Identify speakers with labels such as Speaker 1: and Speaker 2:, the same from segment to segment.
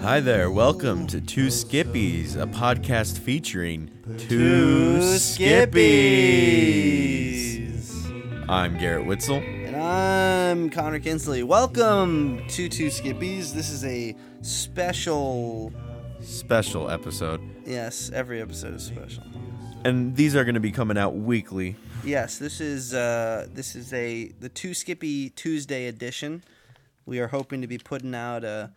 Speaker 1: Hi there, welcome to Two Skippies, a podcast featuring I'm Garrett Witzel.
Speaker 2: And I'm Connor Kinsley. Welcome to Two Skippies. This is a special.
Speaker 1: Special episode.
Speaker 2: Yes, every episode is special.
Speaker 1: And these are going to be coming out weekly.
Speaker 2: Yes, this is uh, this is a the Two Skippy Tuesday edition. We are hoping to be putting out a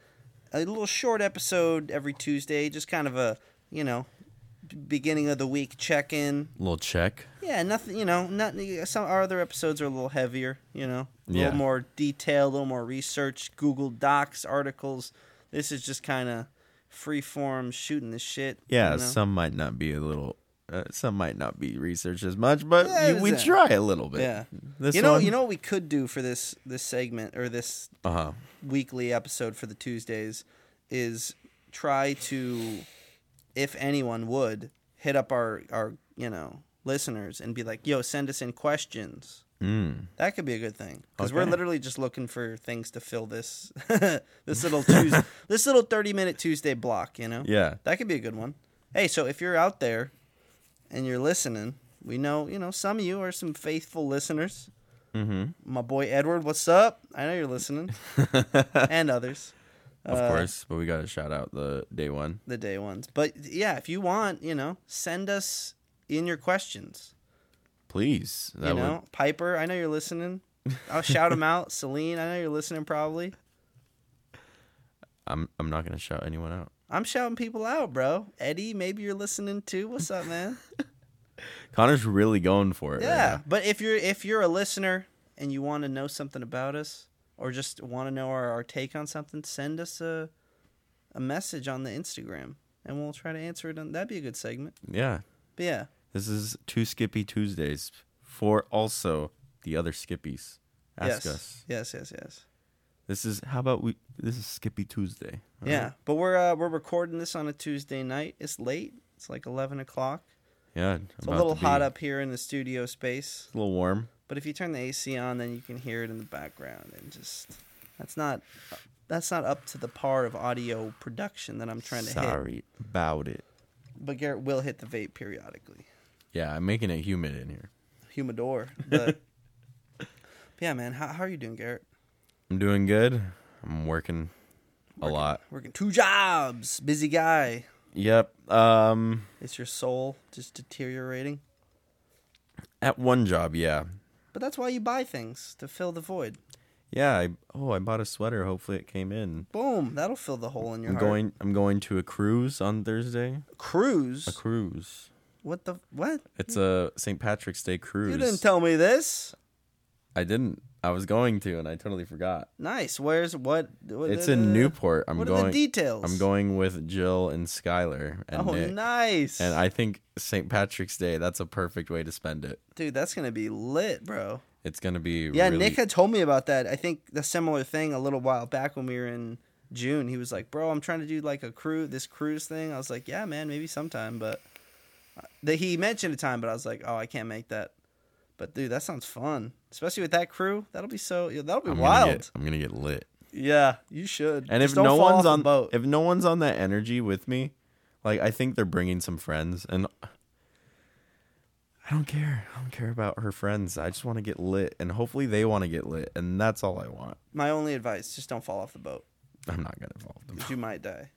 Speaker 2: a little short episode every Tuesday, just kind of a you know beginning of the week check in.
Speaker 1: Little check.
Speaker 2: Yeah, nothing. You know, not some our other episodes are a little heavier. You know, a
Speaker 1: Yeah.
Speaker 2: little more detail, a little more research, Google Docs, articles. This is just kind of free form shooting the shit. you
Speaker 1: Yeah,
Speaker 2: know?
Speaker 1: some might not be a little, uh, some might not be researched as much, but
Speaker 2: Yeah,
Speaker 1: you-
Speaker 2: it was
Speaker 1: we
Speaker 2: that.
Speaker 1: try a little bit.
Speaker 2: Yeah.
Speaker 1: This
Speaker 2: you know,
Speaker 1: one?
Speaker 2: you know what we could do for this this segment or this
Speaker 1: Uh huh.
Speaker 2: weekly episode for the Tuesdays is try to, if anyone would, hit up our our you know listeners and be like, yo, send us in questions.
Speaker 1: Mm.
Speaker 2: That could be a good thing because we're
Speaker 1: Okay.
Speaker 2: literally just looking for things to fill this this little Tuesday, this little thirty minute Tuesday block. You know,
Speaker 1: Yeah.
Speaker 2: that could be a good one. Hey, so if you're out there and you're listening, we know you know some of you are some faithful listeners. Mm-hmm. My boy Edward, what's up? I know you're listening, and others,
Speaker 1: Of
Speaker 2: Uh,
Speaker 1: course, but we got to shout out the day one.
Speaker 2: the day ones. But yeah, if you want, you know, send us in your questions.
Speaker 1: Please. That
Speaker 2: you know, Piper, I know you're listening. I'll shout him out. Celine, I know you're listening probably.
Speaker 1: I'm, I'm not going to shout anyone out.
Speaker 2: I'm shouting people out, bro. Eddie, maybe you're listening too. What's up, man?
Speaker 1: Connor's really going for it. right
Speaker 2: yeah.
Speaker 1: now.
Speaker 2: But if you're if you're a listener and you want to know something about us or just want to know our, our take on something, send us a a message on the Instagram and we'll try to answer it on that'd be a good segment.
Speaker 1: Yeah.
Speaker 2: But yeah.
Speaker 1: This is two Skippy Tuesdays for also the other Skippies. Ask
Speaker 2: yes.
Speaker 1: us.
Speaker 2: Yes, yes, yes.
Speaker 1: This is how about we? This is Skippy Tuesday. all
Speaker 2: Yeah.
Speaker 1: right?
Speaker 2: But we're uh, we're recording this on a Tuesday night. It's late. It's like eleven o'clock.
Speaker 1: yeah.
Speaker 2: It's a little hot up here in the studio space.
Speaker 1: A little warm.
Speaker 2: But if you turn the AC on, then you can hear it in the background, and just that's not that's not up to the par of audio production that I'm trying to hit.
Speaker 1: Sorry about it.
Speaker 2: But Garrett will hit the vape periodically,
Speaker 1: Yeah, I'm making it humid in here.
Speaker 2: humidor. But, but yeah, man, how, how are you doing, Garrett?
Speaker 1: I'm doing good. I'm working, a lot.
Speaker 2: Working two jobs, busy guy.
Speaker 1: Yep. Um,
Speaker 2: Is your soul just deteriorating?
Speaker 1: at one job, yeah,
Speaker 2: But that's why you buy things to fill the void.
Speaker 1: yeah. I, oh, I bought a sweater. Hopefully, it came in.
Speaker 2: Boom, that'll fill the hole in your
Speaker 1: I'm
Speaker 2: heart.
Speaker 1: going. I'm going to a cruise on Thursday.
Speaker 2: cruise.
Speaker 1: A cruise.
Speaker 2: what the what?
Speaker 1: It's a St. Patrick's Day cruise.
Speaker 2: Hmm. You didn't tell me this.
Speaker 1: I didn't. I was going to, and I totally forgot.
Speaker 2: Nice. Where's what? what
Speaker 1: It's in Newport. I'm
Speaker 2: what
Speaker 1: going.
Speaker 2: are the details?
Speaker 1: I'm going with Jill and Skylar and
Speaker 2: Oh,
Speaker 1: Nick.
Speaker 2: nice.
Speaker 1: And I think St. Patrick's Day. That's a perfect way to spend it.
Speaker 2: Dude, that's gonna be lit, bro.
Speaker 1: It's gonna be
Speaker 2: Yeah,
Speaker 1: really-
Speaker 2: Nick had told me about that. I think the similar thing a little while back when we were in June. He was like, "Bro, I'm trying to do like a crew this cruise thing." I was like, "Yeah, man, maybe sometime." But uh, that he mentioned a time, but I was like, "Oh, I can't make that." But dude, that sounds fun, especially with that crew. That'll be so. yeah, That'll be
Speaker 1: I'm
Speaker 2: wild.
Speaker 1: Gonna get, I'm gonna get lit.
Speaker 2: Yeah, you should.
Speaker 1: And
Speaker 2: Just
Speaker 1: if
Speaker 2: don't
Speaker 1: no
Speaker 2: fall off
Speaker 1: one's
Speaker 2: the
Speaker 1: on
Speaker 2: boat,
Speaker 1: if no one's on that energy with me, like I think they're bringing some friends, and I don't care. I don't care about her friends. I just want to get lit, and hopefully they want to get lit, and that's all I want.
Speaker 2: my only advice: just don't fall off the boat.
Speaker 1: I'm not gonna fall off the
Speaker 2: 'cause You might die.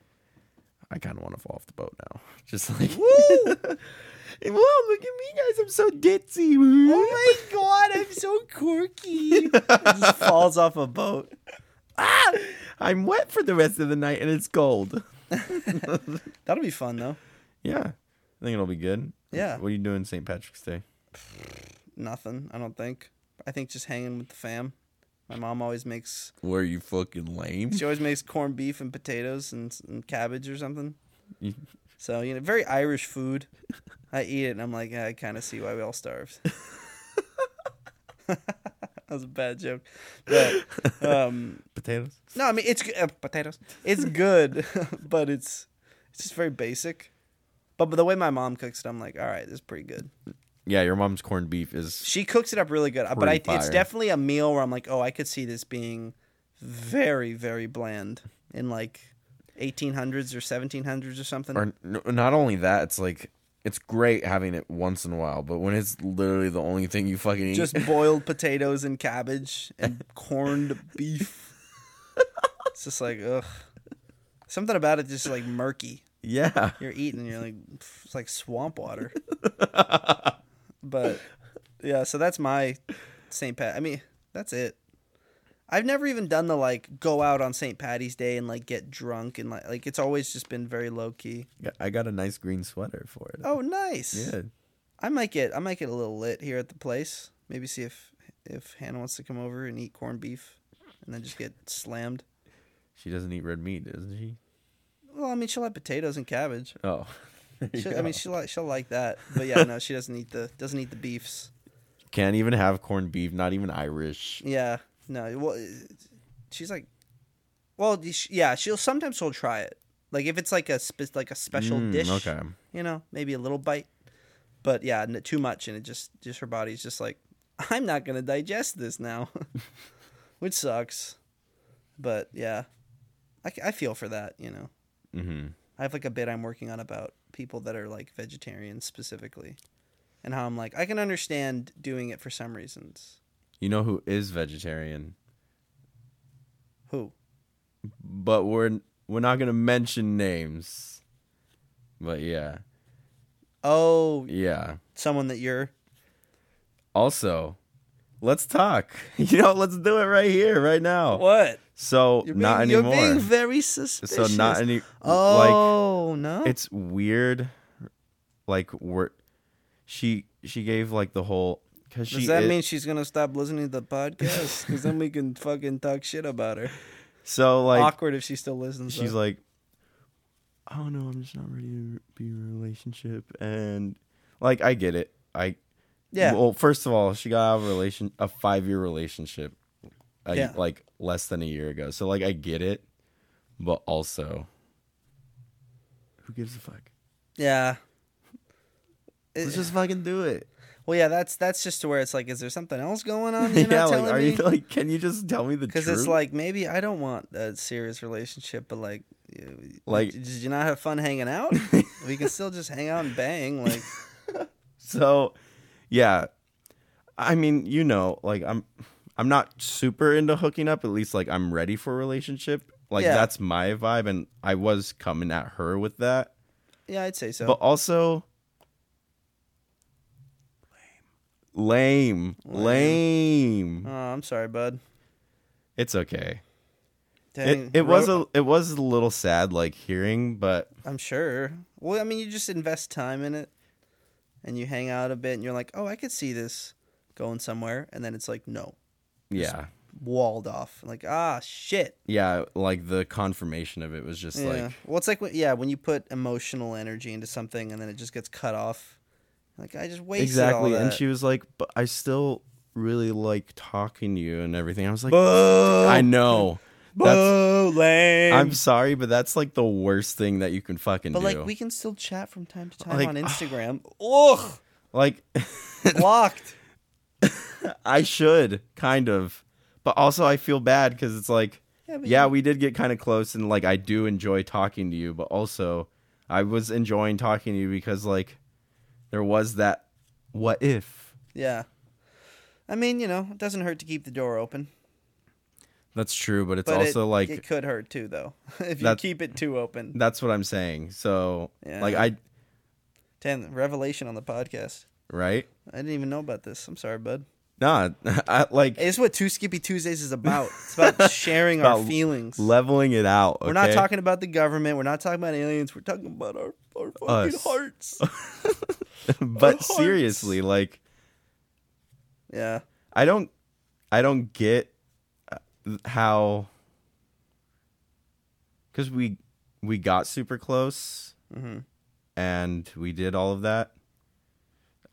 Speaker 1: I kind of want to fall off the boat now. Just like, woo!
Speaker 2: Woo!
Speaker 1: look at me, guys. I'm so ditzy. Woo!
Speaker 2: Oh my god, I'm so quirky. just falls off a boat.
Speaker 1: Ah! I'm wet for the rest of the night and it's cold.
Speaker 2: That'll be fun though.
Speaker 1: Yeah. I think it'll be good.
Speaker 2: Yeah.
Speaker 1: What are you doing St. Patrick's Day?
Speaker 2: Nothing, I don't think. I think just hanging with the fam. My mom always makes
Speaker 1: Were you fucking lame?
Speaker 2: she always makes corned beef and potatoes and, and cabbage or something.
Speaker 1: You-
Speaker 2: So you know, very Irish food. I eat it and I'm like, I kind of see why we all starved. that was a bad joke, but um,
Speaker 1: Potatoes?
Speaker 2: No, I mean it's g- uh, potatoes. It's good, but it's it's just very basic. But, but the way my mom cooks it, I'm like, all right, this is pretty good.
Speaker 1: Yeah, your mom's corned beef is.
Speaker 2: She cooks it up really good, but I,
Speaker 1: Pretty
Speaker 2: it's
Speaker 1: fire.
Speaker 2: definitely a meal where I'm like, oh, I could see this being very very bland and like 1800s or 1700s or something.
Speaker 1: Or n- not only that, it's like it's great having it once in a while, but when it's literally the only thing you fucking eat,
Speaker 2: Just boiled potatoes and cabbage and corned beef. It's just like ugh. Something about it just like murky.
Speaker 1: yeah,
Speaker 2: You're eating, and you're like pff, it's like swamp water. but yeah, so that's my St. Pat. I mean, that's it. I've never even done the like go out on St. Patty's Day and like get drunk and like like it's always just been very low key.
Speaker 1: I got a nice green sweater for it.
Speaker 2: Oh, nice.
Speaker 1: yeah,
Speaker 2: I might get I might get a little lit here at the place. Maybe see if if Hannah wants to come over and eat corned beef, and then just get slammed.
Speaker 1: she doesn't eat red meat, doesn't she?
Speaker 2: Well, I mean, she'll have potatoes and cabbage.
Speaker 1: Oh, there you
Speaker 2: She, I
Speaker 1: go.
Speaker 2: mean, she'll like she'll like that. But yeah, no, she doesn't eat the doesn't eat the beefs.
Speaker 1: can't even have corned beef, not even Irish.
Speaker 2: Yeah, no. Well, she's like, well, sh- yeah. She'll sometimes she'll try it. Like if it's like a spe- like a special
Speaker 1: Mm,
Speaker 2: dish,
Speaker 1: Okay,
Speaker 2: you know, maybe a little bite. But yeah, n- too much, and it just just her body's just like, I'm not gonna digest this now, which sucks. But yeah, I, c- I feel for that. You know,
Speaker 1: mm-hmm.
Speaker 2: I have like a bit I'm working on about people that are like vegetarians specifically, and how I'm like I can understand doing it for some reasons.
Speaker 1: You know who is vegetarian,
Speaker 2: Who?
Speaker 1: but we're we're not gonna mention names. But yeah,
Speaker 2: Oh,
Speaker 1: yeah.
Speaker 2: someone that you're
Speaker 1: Also, let's talk. You know, let's do it right here, right now.
Speaker 2: What?
Speaker 1: So
Speaker 2: You're being,
Speaker 1: not
Speaker 2: you're
Speaker 1: anymore.
Speaker 2: being very suspicious.
Speaker 1: so not any. like
Speaker 2: Oh no!
Speaker 1: it's weird. Like we're she she gave like the whole because she
Speaker 2: Does that
Speaker 1: is-
Speaker 2: mean she's gonna stop listening to the podcast? Because then we can fucking talk shit about her.
Speaker 1: so like
Speaker 2: Awkward if she still listens.
Speaker 1: she's like, I don't know, I'm just not ready to be in a relationship, and like I get it. I
Speaker 2: yeah,
Speaker 1: Well, first of all, she got out of a relation a five year relationship, a,
Speaker 2: Yeah.
Speaker 1: like less than a year ago. So like I get it, but also, who gives a fuck?
Speaker 2: yeah. It-
Speaker 1: Let's just fucking do it.
Speaker 2: well, yeah. That's that's just to where it's like, is there something else going on? You're
Speaker 1: yeah,
Speaker 2: not
Speaker 1: like
Speaker 2: telling
Speaker 1: are
Speaker 2: me?
Speaker 1: you like? Can you just tell me the truth?
Speaker 2: Because it's like maybe I don't want a serious relationship, but like, you-
Speaker 1: Like-
Speaker 2: did you not have fun hanging out? we can still just hang out and bang. Like,
Speaker 1: so yeah i mean you know like i'm i'm not super into hooking up at least like i'm ready for a relationship like
Speaker 2: Yeah.
Speaker 1: that's my vibe and i was coming at her with that
Speaker 2: yeah, I'd say so.
Speaker 1: but also lame lame,
Speaker 2: oh, I'm sorry, bud.
Speaker 1: it's okay
Speaker 2: Dang,
Speaker 1: it, it was
Speaker 2: ro-
Speaker 1: a it was a little sad like hearing but
Speaker 2: I'm sure. Well, I mean, you just invest time in it, and you hang out a bit, and you're like, oh, I could see this going somewhere, and then it's like, no,
Speaker 1: yeah
Speaker 2: walled off. Like, ah, shit.
Speaker 1: yeah like the confirmation of it was just
Speaker 2: yeah.
Speaker 1: like
Speaker 2: well, it's like, when- yeah, when you put emotional energy into something, and then it just gets cut off. Like, I just wasted
Speaker 1: exactly
Speaker 2: all that.
Speaker 1: and she was like but i still really like talking to you and everything i was like
Speaker 2: Boo!
Speaker 1: i know that's,
Speaker 2: Boo! Lame.
Speaker 1: i'm sorry but that's like the worst thing that you can fucking
Speaker 2: but
Speaker 1: do
Speaker 2: like, we can still chat from time to time
Speaker 1: Like, ah.
Speaker 2: on Instagram. Ugh,
Speaker 1: Like,
Speaker 2: blocked.
Speaker 1: i should kind of but also i feel bad because it's like
Speaker 2: Yeah, but
Speaker 1: yeah
Speaker 2: you-
Speaker 1: we did get kind of close and like i do enjoy talking to you but also i was enjoying talking to you because like there was that what if
Speaker 2: Yeah. I mean, you know, it doesn't hurt to keep the door open.
Speaker 1: that's true but it's
Speaker 2: But it-
Speaker 1: also like
Speaker 2: it could hurt too, though, if you
Speaker 1: That's-
Speaker 2: keep it too open.
Speaker 1: that's what i'm saying so
Speaker 2: Yeah.
Speaker 1: like i
Speaker 2: Damn, revelation on the podcast.
Speaker 1: right
Speaker 2: I didn't even know about this. I'm sorry, bud.
Speaker 1: Nah, I, like
Speaker 2: It's what Two Skippy Tuesdays is about. It's about sharing our
Speaker 1: About
Speaker 2: feelings.
Speaker 1: leveling it out.
Speaker 2: We're not
Speaker 1: okay?
Speaker 2: talking about the government. We're not talking about aliens. We're talking about our, our fucking
Speaker 1: Us.
Speaker 2: hearts.
Speaker 1: but
Speaker 2: hearts.
Speaker 1: seriously, like
Speaker 2: yeah.
Speaker 1: I don't, I don't get uh, how because we we got super close
Speaker 2: hmm
Speaker 1: and we did all of that.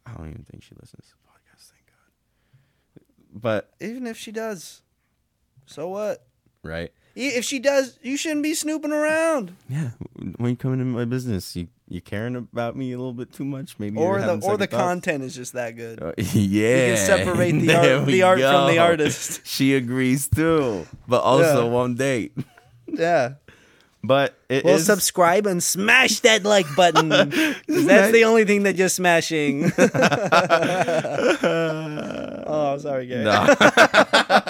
Speaker 1: I don't even think she listens to the podcast. Thank God. But
Speaker 2: Even if she does, so what?
Speaker 1: right,
Speaker 2: E- If she does, you shouldn't be snooping around.
Speaker 1: yeah. When you come into my business, you you caring about me a little bit too much, maybe. you're
Speaker 2: or the
Speaker 1: having
Speaker 2: or the
Speaker 1: second thoughts.
Speaker 2: content is just that good.
Speaker 1: Uh, yeah.
Speaker 2: separate the
Speaker 1: There
Speaker 2: art-
Speaker 1: we
Speaker 2: the art from the
Speaker 1: go.
Speaker 2: artist.
Speaker 1: She agrees too, but also
Speaker 2: Yeah.
Speaker 1: won't date.
Speaker 2: Yeah.
Speaker 1: But it
Speaker 2: Well,
Speaker 1: is-
Speaker 2: subscribe and smash that like button. 'Cause that's the only thing that you're smashing. oh, I'm sorry, guys.
Speaker 1: no.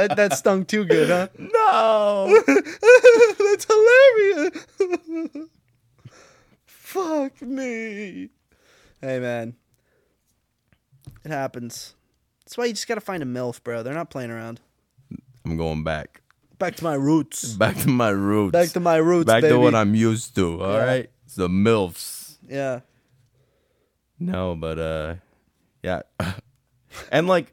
Speaker 2: That, that stung too good, huh?
Speaker 1: no.
Speaker 2: That's hilarious. Fuck me. Hey, man. It happens. That's why you just gotta find a MILF, bro. They're not playing around.
Speaker 1: I'm going back.
Speaker 2: Back to my roots.
Speaker 1: Back to my roots.
Speaker 2: Back to my roots,
Speaker 1: Back
Speaker 2: baby.
Speaker 1: to what I'm used to. All right,
Speaker 2: Yeah.
Speaker 1: It's the MILFs.
Speaker 2: yeah.
Speaker 1: No, but uh yeah. and like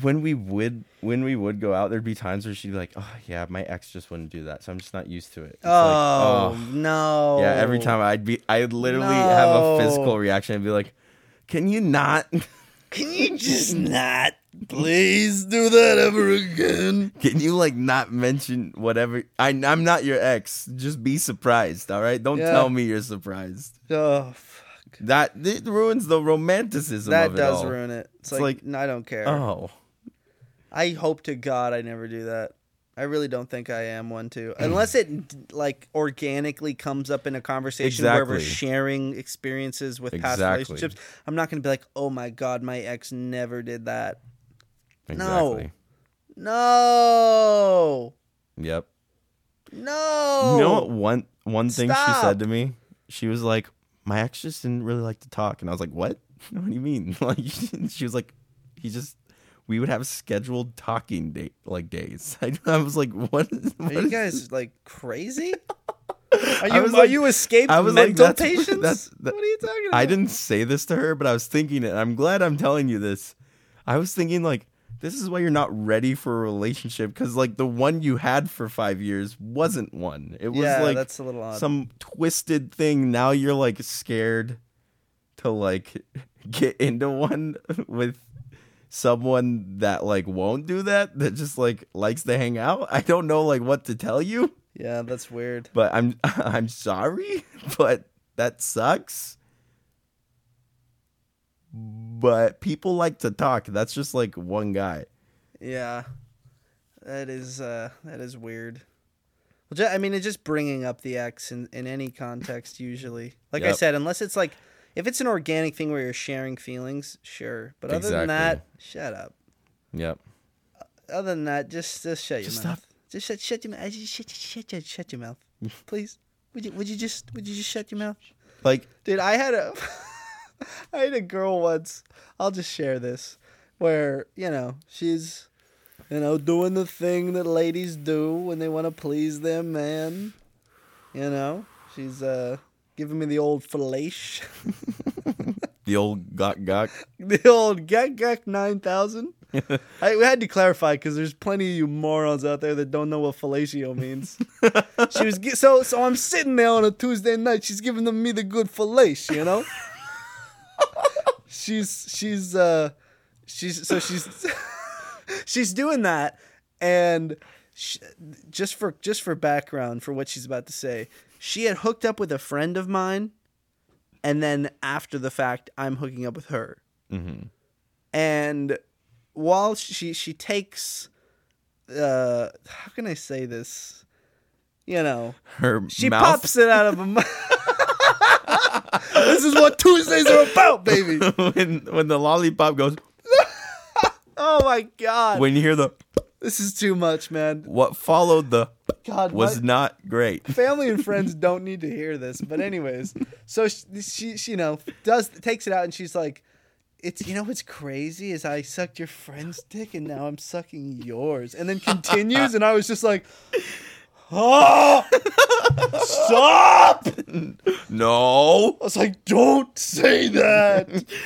Speaker 1: when we would when we would go out, there'd be times where she'd be like, Oh yeah, my ex just wouldn't do that, so I'm just not used to it. It's like,
Speaker 2: Oh, no.
Speaker 1: Yeah, every time I'd be I'd literally have a
Speaker 2: Oh. No.
Speaker 1: physical reaction and be like, Can you not
Speaker 2: Can you just not please do that ever again?
Speaker 1: Can you like not mention whatever? I, I'm not your ex. Just be surprised, all right? Don't
Speaker 2: Yeah.
Speaker 1: tell me you're surprised.
Speaker 2: Oh, fuck.
Speaker 1: That it ruins the romanticism. of
Speaker 2: That
Speaker 1: it
Speaker 2: does
Speaker 1: all.
Speaker 2: ruin it. It's,
Speaker 1: It's
Speaker 2: like,
Speaker 1: like-
Speaker 2: no, I don't care.
Speaker 1: Oh,
Speaker 2: I hope to God I never do that. I really don't think I am one too, unless it like organically comes up in a conversation where we're
Speaker 1: Exactly.
Speaker 2: sharing experiences with past
Speaker 1: Exactly.
Speaker 2: relationships. I'm not going to be like, "Oh my God, my ex never did that." No.
Speaker 1: exactly.
Speaker 2: No,
Speaker 1: Yep.
Speaker 2: no.
Speaker 1: You know what? One one thing she
Speaker 2: Stop.
Speaker 1: said to me, she was like, "My ex just didn't really like to talk," and I was like, "What? What do you mean?" Like, she was like, "He just." We would have scheduled talking date like days. I, I was like, "What?" Is, what
Speaker 2: Are you
Speaker 1: is-
Speaker 2: guys like crazy? Are
Speaker 1: I
Speaker 2: you are
Speaker 1: was like-
Speaker 2: you escaped
Speaker 1: I was like,
Speaker 2: mental
Speaker 1: that's-
Speaker 2: patients?
Speaker 1: that's- that-
Speaker 2: what are you talking about?
Speaker 1: I didn't say this to her, but I was thinking it. and I'm glad I'm telling you this. I was thinking like this is why you're not ready for a relationship because like the one you had for five years wasn't one. It was
Speaker 2: yeah,
Speaker 1: like
Speaker 2: that's a little odd.
Speaker 1: some twisted thing. Now you're like scared to like get into one with someone that like won't do that that just like likes to hang out. I don't know like what to tell you,
Speaker 2: yeah, that's weird.
Speaker 1: but I'm I'm sorry, but that sucks. But people like to talk. That's just like one guy.
Speaker 2: Yeah, that is uh, that is weird. Well, ju- I mean, it's just bringing up the ex in, in any context usually. Like I
Speaker 1: Yep.
Speaker 2: said, unless it's like if it's an organic thing where you're sharing feelings, sure. But other than that, shut up.
Speaker 1: Yep.
Speaker 2: Other than that, just just shut your
Speaker 1: Just
Speaker 2: mouth. Just shut shut your mouth. Just shut shut shut, shut your mouth, please. Would you would you just would you just shut your mouth?
Speaker 1: Like
Speaker 2: Dude, I had a I had a girl once. I'll just share this where, you know, she's you know, doing the thing that ladies do when they want to please their man. You know, she's uh giving me the old fellation,
Speaker 1: the old gawk gawk.
Speaker 2: the old gek gek 9000. I we had to clarify cuz there's plenty of you morons out there that don't know what fellatio means. she was gi- so so I'm sitting there on a Tuesday night. She's giving them- me the good fillet, you know. she's she's uh she's so she's she's doing that, and sh just for just for background for what she's about to say, she had hooked up with a friend of mine, and then after the fact, I'm hooking up with her,
Speaker 1: Mhm.
Speaker 2: and while she she takes uh how can I say this, you know.
Speaker 1: Her
Speaker 2: She
Speaker 1: mouth.
Speaker 2: pops it out of her mouth. this is what Tuesdays are about, baby.
Speaker 1: when when the lollipop goes
Speaker 2: Oh my god.
Speaker 1: when you hear the
Speaker 2: This is too much, man.
Speaker 1: what followed the
Speaker 2: God,
Speaker 1: was
Speaker 2: my-
Speaker 1: not great
Speaker 2: family and friends don't need to hear this, but anyways, so she, she, she, you know, does takes it out and she's like, "It's you know what's crazy is I sucked your friend's dick and now I'm sucking yours," and then continues, and I was just like, "Oh, stop!" I
Speaker 1: no
Speaker 2: was like, "Don't say that."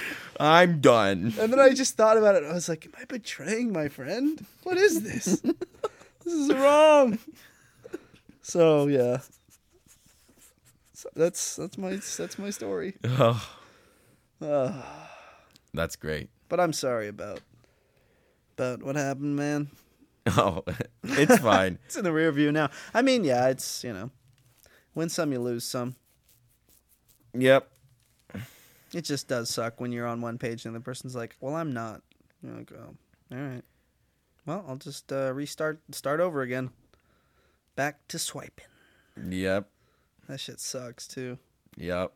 Speaker 1: i'm done
Speaker 2: And then I just thought about it. I was like, "Am I betraying my friend? What is this? this is wrong." So yeah, so that's that's my that's my story.
Speaker 1: Ugh,
Speaker 2: Uh,
Speaker 1: that's great
Speaker 2: but I'm sorry about about what happened, man.
Speaker 1: oh it's fine
Speaker 2: It's in the rear view now. I mean, yeah, it's you know, win some, you lose some.
Speaker 1: yep
Speaker 2: It just does suck when you're on one page and the person's like, "Well, I'm not." You're like, "Oh, all right." Well, I'll just uh, restart, start over again. Back to swiping.
Speaker 1: Yep.
Speaker 2: That shit sucks too.
Speaker 1: Yep.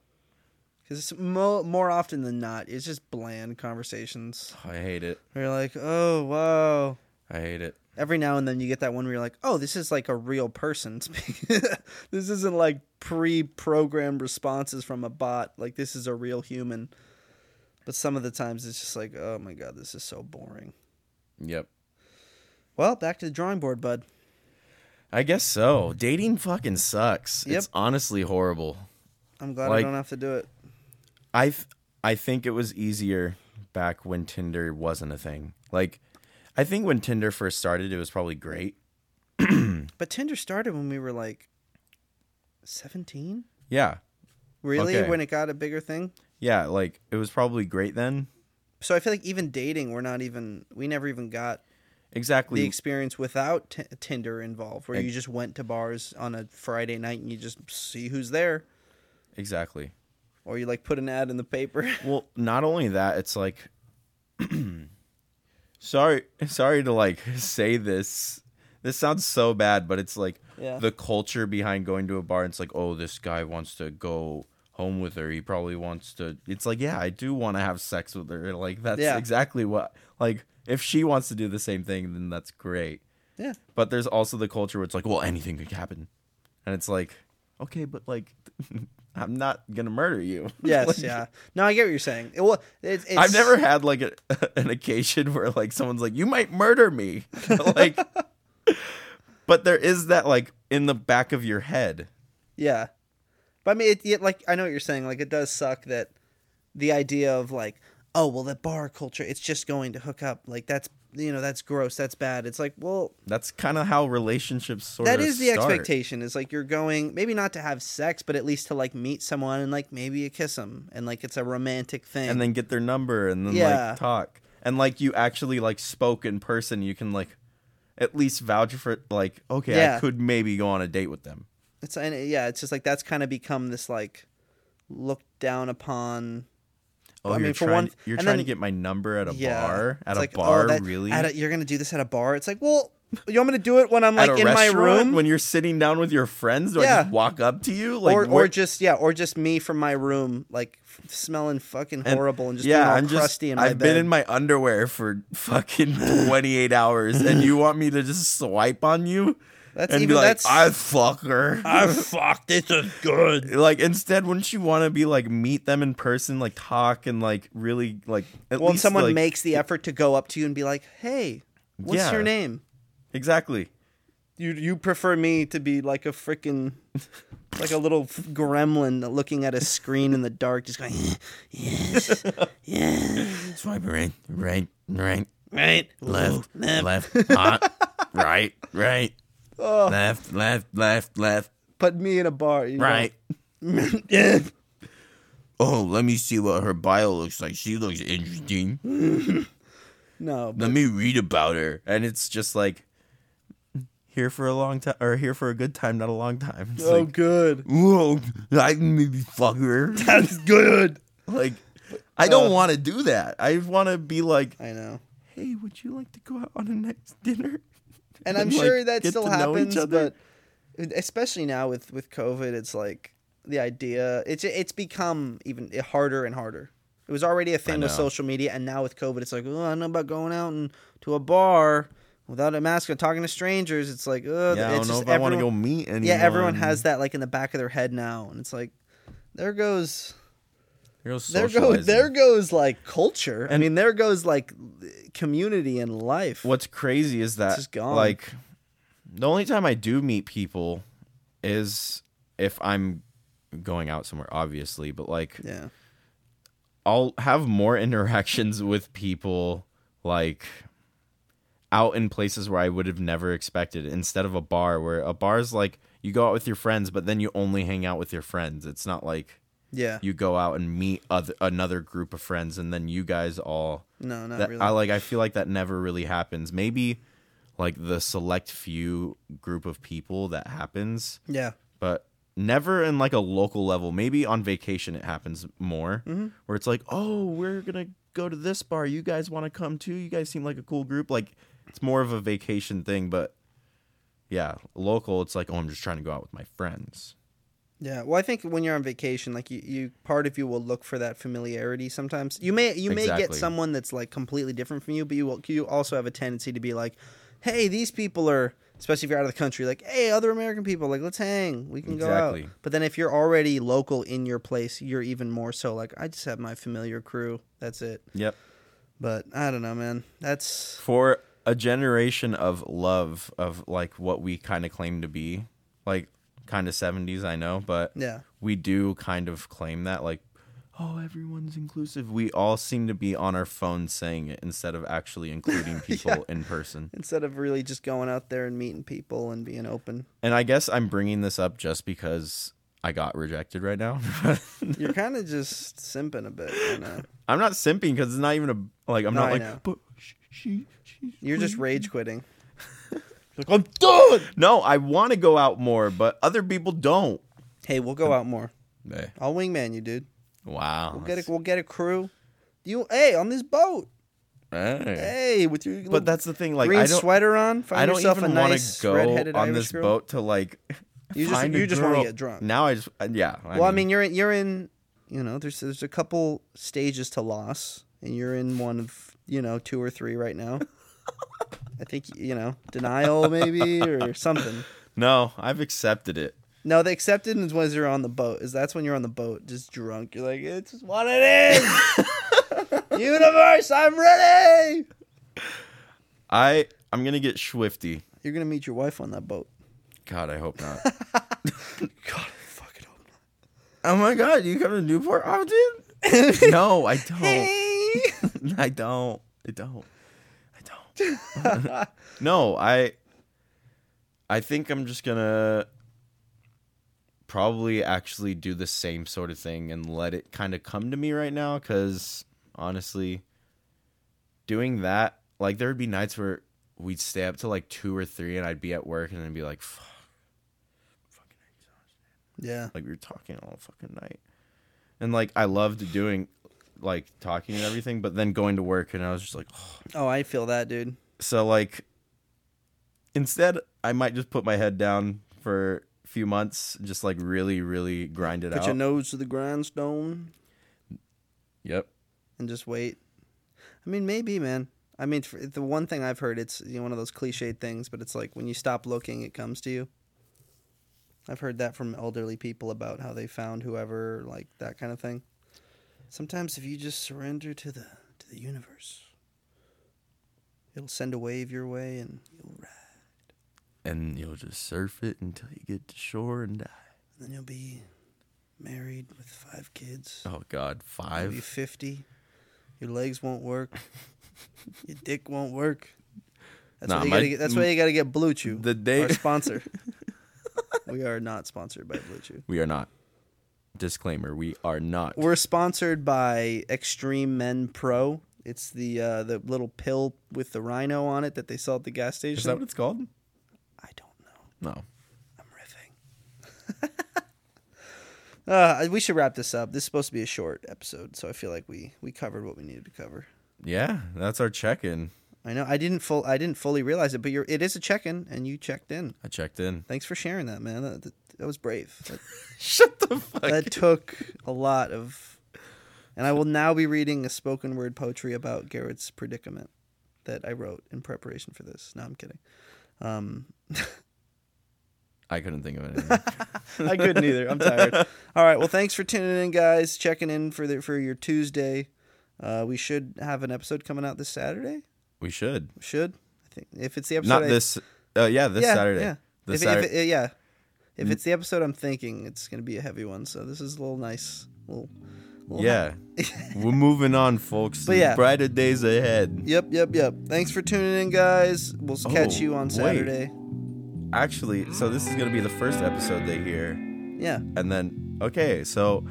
Speaker 2: Because mo- more often than not, it's just bland conversations.
Speaker 1: I hate it.
Speaker 2: Where you're like, oh, wow.
Speaker 1: I hate it.
Speaker 2: Every now and then you get that one where you're like, oh, this is like a real person. speaking. this isn't like pre programmed responses from a bot. Like, this is a real human. But some of the times it's just like, oh my God, this is so boring.
Speaker 1: Yep.
Speaker 2: Well, back to the drawing board, bud.
Speaker 1: I guess so. Dating fucking sucks.
Speaker 2: Yep.
Speaker 1: It's honestly horrible.
Speaker 2: I'm glad I
Speaker 1: Like-
Speaker 2: don't have to do it.
Speaker 1: I th- I think it was easier back when Tinder wasn't a thing. Like I think when Tinder first started it was probably great.
Speaker 2: But Tinder started when we were like 17?
Speaker 1: Yeah.
Speaker 2: Really?
Speaker 1: Okay.
Speaker 2: When it got a bigger thing?
Speaker 1: Yeah, like it was probably great then.
Speaker 2: So I feel like even dating, we're not even, we never even got the
Speaker 1: Exactly.
Speaker 2: experience without t- Tinder involved, where
Speaker 1: Ex-
Speaker 2: you just went to bars on a Friday night and you just see who's there,
Speaker 1: exactly.
Speaker 2: or you like put an ad in the paper.
Speaker 1: Well, not only that, it's like sorry sorry to like say this. This sounds so bad, but it's like
Speaker 2: Yeah.
Speaker 1: the culture behind going to a bar it's like, "Oh, this guy wants to go home with her. He probably wants to It's like, "Yeah, I do want to have sex with her." Like that's
Speaker 2: Yeah.
Speaker 1: exactly what like if she wants to do the same thing, then that's great.
Speaker 2: yeah,
Speaker 1: But there's also the culture where it's like, "Well, anything could happen." And it's like, "Okay, but like I'm not going to murder you."
Speaker 2: yes,
Speaker 1: Like,
Speaker 2: yeah. No, I get what you're saying. It, well, it, it's,
Speaker 1: I've never had like a, an occasion where like someone's like, "You might murder me," like. but there is that like in the back of your head.
Speaker 2: Yeah, but I mean, it, it like I know what you're saying. Like it does suck that the idea of like, oh well, the bar culture, it's just going to hook up. Like that's you know that's gross. That's bad. It's like well,
Speaker 1: That's kind of how relationships sort
Speaker 2: that
Speaker 1: of
Speaker 2: is the
Speaker 1: start.
Speaker 2: expectation is like you're going maybe not to have sex but at least to like meet someone and like maybe you kiss them and like it's a romantic thing
Speaker 1: and then get their number and then
Speaker 2: Yeah.
Speaker 1: like talk and like you actually like spoke in person. You can like at least vouch for it. Like, okay, I
Speaker 2: Yeah.
Speaker 1: could maybe go on a date with them.
Speaker 2: it's and it- yeah it's just like that's kind of become this like looked down upon
Speaker 1: Oh,
Speaker 2: I
Speaker 1: you're
Speaker 2: mean, for
Speaker 1: trying,
Speaker 2: one-
Speaker 1: you're
Speaker 2: and
Speaker 1: trying to
Speaker 2: then-
Speaker 1: get my number at a
Speaker 2: yeah
Speaker 1: bar at
Speaker 2: It's
Speaker 1: a
Speaker 2: like, oh,
Speaker 1: bar.
Speaker 2: that-
Speaker 1: really?
Speaker 2: at a- you're gonna do this at a bar it's like well you want me to do it when i'm like
Speaker 1: at a
Speaker 2: in my
Speaker 1: restaurant
Speaker 2: room
Speaker 1: when you're sitting down with your friends? Do I
Speaker 2: Yeah.
Speaker 1: just walk up to you? Like,
Speaker 2: or,
Speaker 1: where-
Speaker 2: or just yeah, or just me from my room, like f- smelling fucking
Speaker 1: and-
Speaker 2: horrible and just being
Speaker 1: yeah,
Speaker 2: all
Speaker 1: I'm just.
Speaker 2: crusty in my
Speaker 1: I've
Speaker 2: bed.
Speaker 1: been in my underwear for fucking 28 hours, and you want me to just swipe on you
Speaker 2: that's
Speaker 1: and
Speaker 2: even
Speaker 1: be like,
Speaker 2: that's
Speaker 1: "I fuck her."
Speaker 3: fuck, this is good.
Speaker 1: like instead, wouldn't you want to be like meet them in person, like talk and like really like at
Speaker 2: well, when
Speaker 1: least,
Speaker 2: someone
Speaker 1: like-
Speaker 2: makes the effort to go up to you and be like, "Hey, what's
Speaker 1: Yeah.
Speaker 2: your name?"
Speaker 1: exactly.
Speaker 2: You you prefer me to be like a freaking like a little f- gremlin looking at a screen in the dark, just going, yes, yeah,
Speaker 1: Swipe right, right, right,
Speaker 2: right, Ooh, left.
Speaker 1: left, right, right,
Speaker 2: Oh,
Speaker 1: left, left, left, left,
Speaker 2: put me in a bar, you know.
Speaker 1: Yeah. oh, let me see what her bio looks like. She looks interesting.
Speaker 2: No, but
Speaker 1: Let me read about her. And it's just like here for a long time or here for a good time, not a long time. It's
Speaker 2: oh,
Speaker 1: like,
Speaker 2: good.
Speaker 1: whoa, I can maybe fuck her.
Speaker 2: That's good.
Speaker 1: like I don't want to do that. I want to be like,
Speaker 2: I know,
Speaker 1: hey, would you like to go out on a next dinner?
Speaker 2: and I'm
Speaker 1: And,
Speaker 2: sure
Speaker 1: like,
Speaker 2: that
Speaker 1: get
Speaker 2: still
Speaker 1: to know each
Speaker 2: happens,
Speaker 1: other.
Speaker 2: but especially now with with COVID, it's like the idea. It's it's become even harder and harder. It was already a thing with
Speaker 1: know.
Speaker 2: social media, and now with COVID, it's like, oh, I don't know about going out and to a bar without a mask and talking to strangers. It's like, oh,
Speaker 1: Yeah, I
Speaker 2: it's
Speaker 1: don't know
Speaker 2: just
Speaker 1: if I want to go
Speaker 2: everyone-
Speaker 1: meet anyone.
Speaker 2: Yeah, everyone has that like in the back of their head now, and it's like, there goes,
Speaker 1: There goes
Speaker 2: there goes, there goes like culture. I mean, there goes like community and life.
Speaker 1: what's crazy is that
Speaker 2: just gone.
Speaker 1: like the only time I do meet people is if I'm going out somewhere obviously but like
Speaker 2: Yeah,
Speaker 1: I'll have more interactions with people like out in places where I would have never expected instead of a bar where a bar is like you go out with your friends but then you only hang out with your friends it's not like
Speaker 2: yeah.
Speaker 1: you go out and meet other, another group of friends and then you guys all
Speaker 2: no, not
Speaker 1: that
Speaker 2: really.
Speaker 1: I like I feel like that never really happens. Maybe like the select few group of people that happens,
Speaker 2: yeah,
Speaker 1: but never in like a local level. Maybe on vacation it happens more
Speaker 2: Mm-hmm.
Speaker 1: where it's like, "Oh, we're going to go to this bar. You guys want to come too? You guys seem like a cool group." Like it's more of a vacation thing, but yeah, local. It's like, oh, I'm just trying to go out with my friends.
Speaker 2: Yeah, well, I think when you're on vacation, like you, you part of you will look for that familiarity. Sometimes you may you may get
Speaker 1: Exactly.
Speaker 2: someone that's like completely different from you, but you will, you also have a tendency to be like, hey, these people are especially if you're out of the country, like hey, other American people, like let's hang, we can go
Speaker 1: Exactly.
Speaker 2: out. But then if you're already local in your place, you're even more so like I just have my familiar crew, that's it.
Speaker 1: Yep.
Speaker 2: But I don't know, man, that's
Speaker 1: for a generation of love of like what we kind of claim to be like kind of 70s i know but
Speaker 2: yeah,
Speaker 1: we do kind of claim that like oh everyone's inclusive we all seem to be on our phones saying it instead of actually including people in person
Speaker 2: instead of really just going out there and meeting people and being open.
Speaker 1: and i guess i'm bringing this up just because i got rejected right now
Speaker 2: You're kind of just simping a bit, you know.
Speaker 1: i'm not simping because it's not even a like i'm
Speaker 2: No,
Speaker 1: not
Speaker 2: I
Speaker 1: like
Speaker 2: know.
Speaker 1: but sh- she she's
Speaker 2: You're just rage quitting.
Speaker 3: Like, I'm done.
Speaker 1: no i want to go out more but other people don't
Speaker 2: Hey, we'll go out more.
Speaker 1: Eh.
Speaker 2: I'll wingman you, dude.
Speaker 1: wow
Speaker 2: We'll get a, we'll get a crew. You hey on this boat.
Speaker 1: Hey.
Speaker 2: Hey, with your little
Speaker 1: But that's the thing. Like,
Speaker 2: green
Speaker 1: I don't,
Speaker 2: sweater on. Find
Speaker 1: I don't
Speaker 2: yourself
Speaker 1: even
Speaker 2: a
Speaker 1: want
Speaker 2: nice
Speaker 1: to go
Speaker 2: redheaded
Speaker 1: on
Speaker 2: Irish
Speaker 1: this
Speaker 2: girl.
Speaker 1: boat to like.
Speaker 2: You just-
Speaker 1: find a
Speaker 2: you just wanna
Speaker 1: girl.
Speaker 2: get drunk.
Speaker 1: Now I just uh, yeah. I
Speaker 2: Well, I mean, you're in you're in you know there's there's a couple stages to loss, and you're in one of you know two or three right now. I think you know denial maybe or something.
Speaker 1: no, I've accepted it.
Speaker 2: No, the acceptance was you're on the boat. Is that's when you're on the boat, just drunk. You're like, it's just what it is. Universe, I'm ready.
Speaker 1: I I'm gonna get swifty.
Speaker 2: You're gonna meet your wife on that boat.
Speaker 1: God, I hope not.
Speaker 2: God, I fucking hope not.
Speaker 1: oh my God, you come to Newport often? no, I don't. I don't. I don't. I don't. no, I. I think I'm just gonna probably actually do the same sort of thing and let it kind of come to me right now. Because honestly, doing that, like, there would be nights where we'd stay up till like two or three, and I'd be at work, and I'd be like, "Fuck, fucking
Speaker 2: yeah.
Speaker 1: like we were talking all fucking night and like i loved doing like talking and everything but then going to work and i was just like
Speaker 2: Oh, I feel that, dude.
Speaker 1: so like instead i might just put my head down for a few months just like really really grind it
Speaker 2: Put
Speaker 1: out
Speaker 2: your nose to the grindstone
Speaker 1: yep
Speaker 2: and just wait. I mean, maybe, man. I mean, for, the one thing I've heard, it's you know, one of those cliched things, but it's like when you stop looking, it comes to you. I've heard that from elderly people about how they found whoever, like that kind of thing. Sometimes if you just surrender to the to the universe, it'll send a wave your way, and you'll ride.
Speaker 1: and you'll just surf it until you get to shore and die
Speaker 2: And then you'll be married with five kids.
Speaker 1: oh god
Speaker 2: You'll be
Speaker 1: five
Speaker 2: 50. Your legs won't work. your dick won't work. That's,
Speaker 1: Nah,
Speaker 2: why, you
Speaker 1: my-
Speaker 2: gotta get, that's why you gotta get Blue Chew.
Speaker 1: The day-
Speaker 2: Our sponsor. we are not sponsored by Blue Chew.
Speaker 1: we are not disclaimer we are not
Speaker 2: We're sponsored by Extreme Men Pro. It's the uh, the little pill with the rhino on it that they sell at the gas station.
Speaker 1: is that what it's called
Speaker 2: I don't know.
Speaker 1: no
Speaker 2: I'm riffing. uh, we should wrap this up. This is supposed to be a short episode, so I feel like we we covered what we needed to cover.
Speaker 1: yeah that's our check-in
Speaker 2: I know I didn't full I didn't fully realize it, but you're it is a check in, and you checked in.
Speaker 1: i checked in
Speaker 2: Thanks for sharing that, man. That, that, that was brave. That,
Speaker 1: shut the fuck
Speaker 2: that took a lot of, and I will now be reading a spoken word poetry about Garrett's predicament that I wrote in preparation for this. No, I'm kidding. Um,
Speaker 1: i couldn't think of anything
Speaker 2: I couldn't either. I'm tired. All right. Well, thanks for tuning in, guys. Checking in for the, for your Tuesday. Uh, we should have an episode coming out this Saturday.
Speaker 1: We should.
Speaker 2: Should I think if it's the episode?
Speaker 1: Not
Speaker 2: I-
Speaker 1: this. Uh, yeah, this Saturday.
Speaker 2: Yeah.
Speaker 1: This
Speaker 2: if,
Speaker 1: Saturday.
Speaker 2: If, uh, yeah. If it's the episode I'm thinking, it's gonna be a heavy one. So this is a little nice. Little, little
Speaker 1: yeah. We're moving on, folks.
Speaker 2: But yeah.
Speaker 1: Brighter days ahead.
Speaker 2: Yep, yep, yep. Thanks for tuning in, guys. We'll s- catch
Speaker 1: Oh,
Speaker 2: you on
Speaker 1: wait.
Speaker 2: Saturday.
Speaker 1: Actually, so this is gonna be the first episode they hear,
Speaker 2: Yeah.
Speaker 1: and then okay, so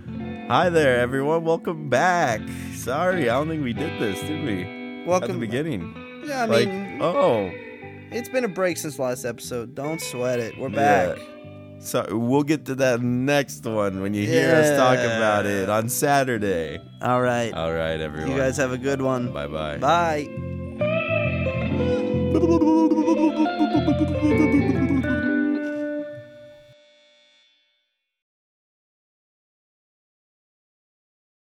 Speaker 1: hi there, everyone. Welcome back. Sorry, I don't think we did this, did we?
Speaker 2: Welcome.
Speaker 1: At the beginning.
Speaker 2: Yeah, I
Speaker 1: like,
Speaker 2: mean,
Speaker 1: oh,
Speaker 2: it's been a break since last episode. Don't sweat it. We're back.
Speaker 1: so we'll get to that next one when you hear us talk about it on Saturday.
Speaker 2: All right.
Speaker 1: All right, everyone.
Speaker 2: you guys have a good one.
Speaker 1: Bye bye.
Speaker 2: Bye.
Speaker 1: Bye Bye.